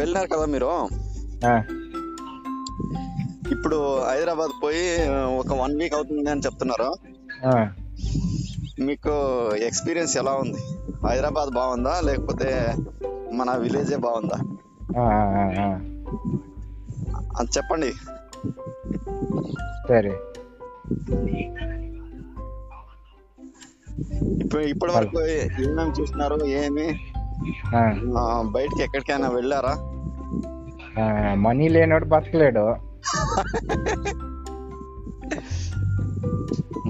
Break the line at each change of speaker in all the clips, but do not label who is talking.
వెళ్ళినారు కదా మీరు
ఆ,
ఇప్పుడు హైదరాబాద్ పోయి ఒక వన్ వీక్ అవుతుంది అని చెప్తున్నారు
ఆ.
మీకు ఎక్స్పీరియన్స్ ఎలా ఉంది హైదరాబాద్ బాగుందా లేకపోతే మన విలేజే బాగుందా
ఆ, ఆ, ఆ.
అది చెప్పండి
సరే
ఇప్పుడు ఇప్పటి వరకు ఏమేమి చూసినారు ఏమి
ఆ,
ఆ, బయటికి ఎక్కడికైనా వెళ్ళారా
ఆ, మనీ లేనోడు బతకలేడు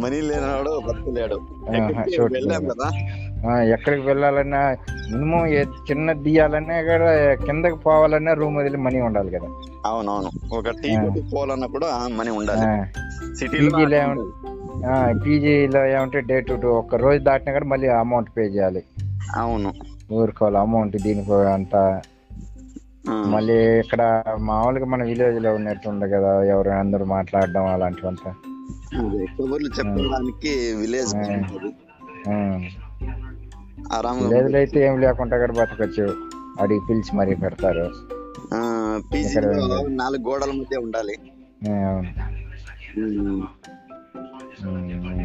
మనీ లేనివాడు బతకలేడు
ఆహా,
ఎక్కడికి
sure.
వెళ్ళాం కదా
ఆ, ఎక్కడికి వెళ్ళాలన్నా మినిమం ఏ చిన్న దియాలన్నా కూడా కిందకి పోవాలన్నా రూమ్ వదిలి మనీ ఉండాలి కదా
అవునవును ఒక టీ
ఆ.
కొట్టు పోవాలన్నా కూడా మనీ ఉండాలి సిటీలో
పీజీలో ఏమంటే పీజీలో ఏమంటే డే టు డే ఒక్క రోజు దాటినా కూడా మళ్ళీ అమౌంట్ పే చేయాలి
అవును
ఊరుకోవాలి అమౌంట్ దీనికి అంత
ఆ,
మళ్ళీ ఇక్కడ మామూలుగా మన విలేజ్ లో ఉన్నట్టు ఉంది కదా ఎవరు అందరూ మాట్లాడడం అలాంటివంతా
అదే, కబుర్లు చెప్పడానికి విలేజ్ బాగుంటుంది. ఆరాంగా
విలేజ్ లో అయితే ఏం లేకుండా కూడా బతకచ్చు అడిగి పిలిచి మరీ పెడతారు
పీజీ
ఎక్కడ వెళ్ళాలి?
నాలుగు గోడల మధ్య ఉండాలి
ఆ, అవును.
ఉమ్.
ఉమ్, ఇంకా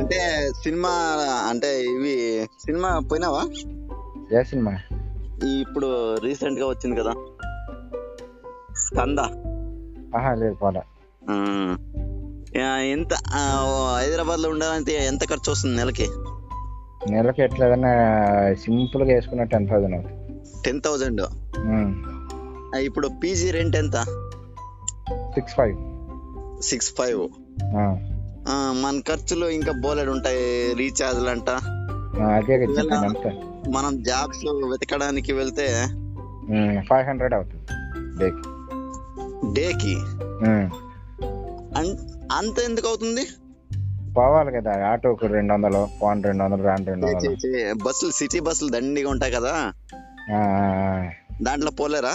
అంటే సినిమా అంటే ఇవి సినిమా పోయినావా
ఏ సినిమా
ఈ ఇప్పుడు రీసెంట్ గా వచ్చింది కదా స్కంద
ఆహా లేదు పోలా
ఉమ్. ఆ, ఎంత ఆ, ఓ హైదరాబాద్ లో ఉండాలంటే ఎంత ఖర్చు వస్తుంది నెలకి
నెలకి ఎట్లేదన్నా సింపుల్ గా వేసుకున్న టెన్ థౌసండ్ అవుతుంది
టెన్ థౌజండ్ ఇప్పుడు పీజీ రెంట్ ఎంత
సిక్స్ ఫైవ్
సిక్స్ ఫైవ్ మన ఖర్చులు ఇంకా బోలెడ్ ఉంటాయి రీఛార్జ్లు అంట
అదే కదా చెప్పాను అంతా
మనం జాబ్స్ వెతకడానికి వెళ్తే
ఫైవ్ హండ్రెడ్ అవుతుంది డేకి
డేకి
ఉమ్.
అన్- అంత ఎందుకు అవుతుంది
పోవాలి కదా ఆటోకు రెండు వందలు పాన్ రెండు వందలు రాను రెండు
చే-
వందలు
చే- చే. బస్సులు సిటీ బస్సులు దండిగా ఉంటాయి కదా దాంట్లో పోలేరా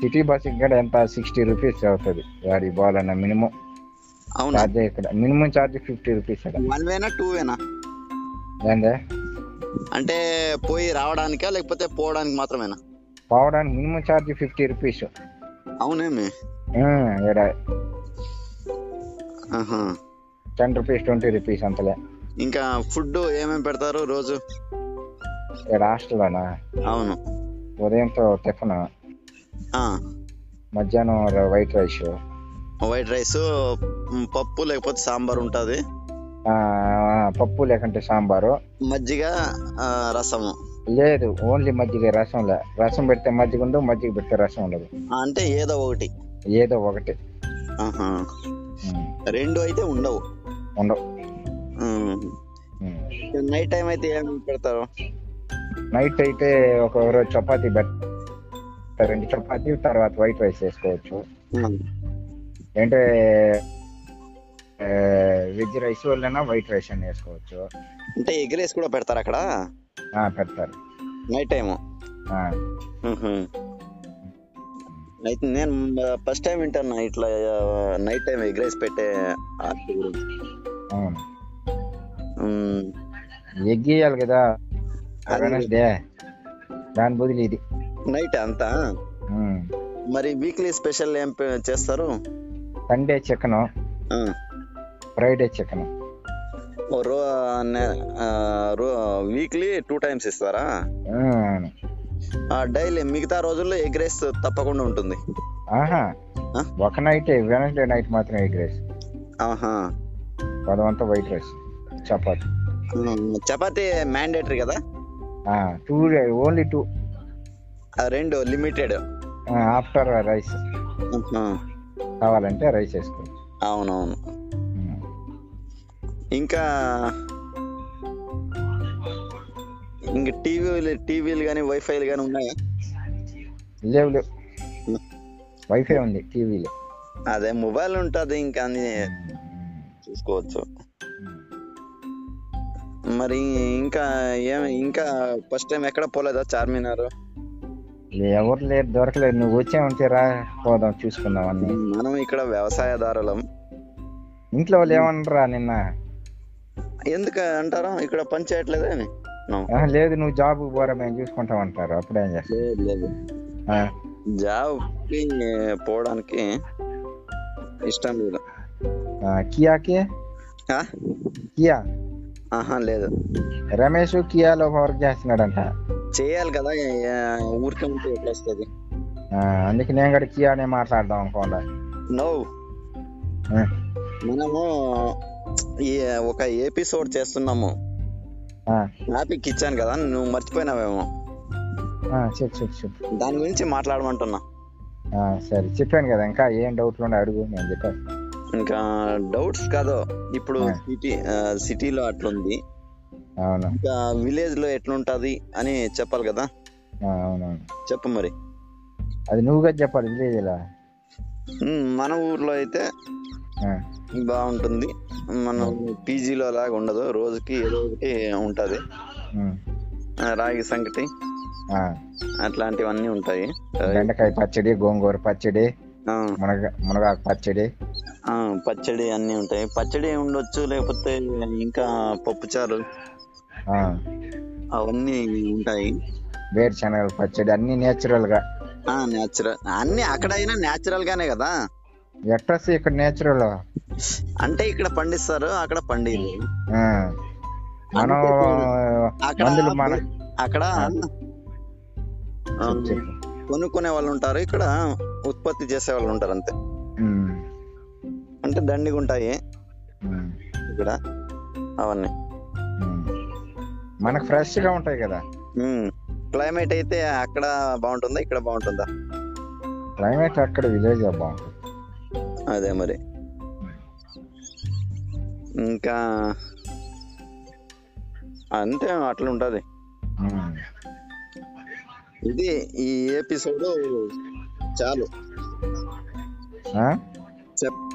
సిటీ బస్ ఇక్కడ ఎంత సిక్స్టీ రూపీస్ అవుతుంది వాడి పోవాలన్న మినిమం
అవునా
ఛార్జ్ ఇక్కడ మినిమం ఛార్జ్ ఫిఫ్టీ రూపీస్ ఇక్కడ
వన్ వేనా టూ వేనా
ఏందే
అంటే పోయి రావడానికా లేకపోతే పోవడానికి మాత్రమేనా
పోవడానికి మినిమం ఛార్జ్ ఫిఫ్టీ రూపీస్
అవునేమి
ఇక్కడ
ఆహా.
టెన్ రూపీస్ ట్వంటీ రూపీస్ అంతలే
ఇంకా ఫుడ్ ఏమేమి పెడతారు రోజు
ఇక్కడ హాస్టల్లోనా
అవును
ఉదయంతో టిఫిన్
ఆ
మధ్యాహ్నం ర- వైట్ రైస్
వైట్ రైస్ పప్పు లేకపోతే సాంబార్ ఉంటుంది
ఆ, పప్పు లేకుంటే సాంబారు
మజ్జిగ ఆ, రసము
లేదు ఓన్లీ మజ్జిగ రసం లే రసం పెడితే మజ్జిగ ఉండదు మజ్జిగ పెడితే రసం ఉండదు
ఆ, అంటే ఏదో ఒకటి
ఏదో ఒకటి
ఆహా.
ఉమ్,
రెండు అయితే ఉండవు
ఉండవు
నైట్ టైం అయితే ఏం పెడతారు
నైట్ అయితే ఒక రోజు చపాతీ పెడతారు రెండు చపాతీ తర్వాత వైట్ రైస్ వేసుకోవచ్చు అంటే వెజ్ రైస్ వల్లైనా వైట్ రైస్ అని వేసుకోవచ్చు
అంటే ఎగ్ రైస్ కూడా పెడతారు అక్కడ
ఆ, పెడతారు
నైట్ టైము
ఆ,
అయితే నేను ఫస్ట్ టైం వింటాను ఇట్లా నైట్ టైం ఎగ్ రైస్ పెట్టే ఆర్ట్ గురించి
అవును
మ్మ్.
ఎగ్ వేయాలి కదా వెనస్డే దాని బదులు ఇది
నైట్ అంతా
ఉమ్.
మరి వీక్లీ స్పెషల్ ఏం పె- చేస్తారు
సండే చికెన్
ఆ.
ఫ్రైడే చికెన్
ఓ రో నే- ఆ, రో వీక్లీ టూ టైమ్స్ ఇస్తారా ఆ, డైలీ మిగతా రోజుల్లో ఎగ్ రైస్ తప్పకుండా ఉంటుంది
ఆహా
ఆ?
ఒక నైట్ వెనస్డే నైట్ మాత్రం ఎగ్ రైస్
ఆహా
పదవంతా వైట్ రైస్ చపాతి
మ్మ్. చపాతీ మ్యాండేటరీ కదా
టూ ఓన్లీ టూ
ఆ, రెండు లిమిటెడ్
ఆఫ్టర్ రైస్ కావాలంటే రైస్ వేసుకోవచ్చు
అవునవును
ఉమ్.
ఇంకా ఇంకా టీవీలు టీవీలు కానీ వైఫైలు కానీ ఉన్నాయా
లేవు లేవు వైఫై ఉంది టీవీలో
అదే మొబైల్ ఉంటుంది ఇంకా అన్ని చూసుకోవచ్చు మరి ఇంకా ఏం ఇంకా ఫస్ట్ టైం ఎక్కడ పోలేదా చార్మినార్
ఎవరు లేరు దొరకలేదు నువ్వు వచ్చే ఉంటే రా పోదాం చూసుకుందాం అన్ని
మనం ఇక్కడ వ్యవసాయదారులం
ఇంట్లో వాళ్ళు ఏమన్నారా నిన్న
ఎందుకు అంటారు ఇక్కడ పని చేయట్లేదా అని? No.
"ఆహా, లేదు నువ్వు జాబ్ పోరా మేము చూసుకుంటాం అంటారు అప్పుడు ఏం చేస్తాం
లేదు లేదు
ఆ,
జాబ్కి పోవడానికి ఇష్టం లేదు
ఆ, కియాకి
ఆ?
కియా
ఆహా లేదు
రమేష్ కియాలో వర్క్ చేస్తున్నాడంట
చేయాలి కదా ఏ- ఊరికే ఉంటే ఎట్లా వస్తుంది
ఆ, అందుకే నేను కూడా కియానే మాట్లాడదాం అనుకోండి
నో
ఆ,
మనము ఈ ఒక ఎపిసోడ్ చేస్తున్నాము
ఆ,
టాపిక్ ఇచ్చాను కదా నువ్వు మర్చిపోయినావేమో
ఆ, చెప్పు చెప్పు చెప్పు
దాని గురించి మాట్లాడమంటున్నా
ఆ, సరే చెప్పాను కదా ఇంకా ఏం డౌట్లు ఉండే అడుగు నేను చెప్పాను
ఇంకా డౌట్స్ కాదు ఇప్పుడు
ఆ.
సిటీ సిటీలో అట్లుంది
అవును
ఇంకా విలేజ్ లో ఎట్లుంటది అని చెప్పాలి కదా
ఆ, అవునవును
చెప్పు మరి
అది నువ్వుగా చెప్పాలి విలేజ్లో
ఉమ్, మన ఊర్లో అయితే బాగుంటుంది మనం పీజీలో అలాగ ఉండదు రోజుకి ఏదో ఒకటి ఉంటుంది రాగి సంకటి అట్లాంటివన్నీ ఉంటాయి
బెండకాయ పచ్చడి గోంగూర పచ్చడి
ఆ,
మునగ మునగాకు పచ్చడి
ఆ, పచ్చడి అన్నీ ఉంటాయి పచ్చడి ఉండొచ్చు లేకపోతే ఇంకా పప్పుచారు
ఆ,
అవన్నీ ఉంటాయి
వేరుశనగల పచ్చడి అన్ని నేచురల్ గా
న్యాచురల్ అన్ని అక్కడ అయినా న్యాచురల్ గానే కదా
ఎట్రస్ ఇక్కడ నేచురల్
అంటే ఇక్కడ పండిస్తారు అక్కడ పండిరు
మనం
అక్కడ
మందులు మన
అక్కడ ఆ,
చెప్పు, చెప్పు.
కొనుక్కునే వాళ్ళు ఉంటారు ఇక్కడ ఉత్పత్తి చేసే వాళ్ళు ఉంటారు అంతే
ఉమ్,
అంటే దండిగా ఉంటాయి
ఉమ్,
ఇక్కడ అవన్నీ
ఉమ్. మనకు ఫ్రెష్ గా ఉంటాయి కదా
క్లైమేట్ అయితే అక్కడ బాగుంటుందా ఇక్కడ బాగుంటుందా
క్లైమేట్ అక్కడ విలేజ్ బాగుంటుంది
అదే మరి ఇంకా అంతే అట్లా ఉంటుంది
ఉమ్,
ఇది ఈ ఎపిసోడ్ చాలు
ఆ?
చెప్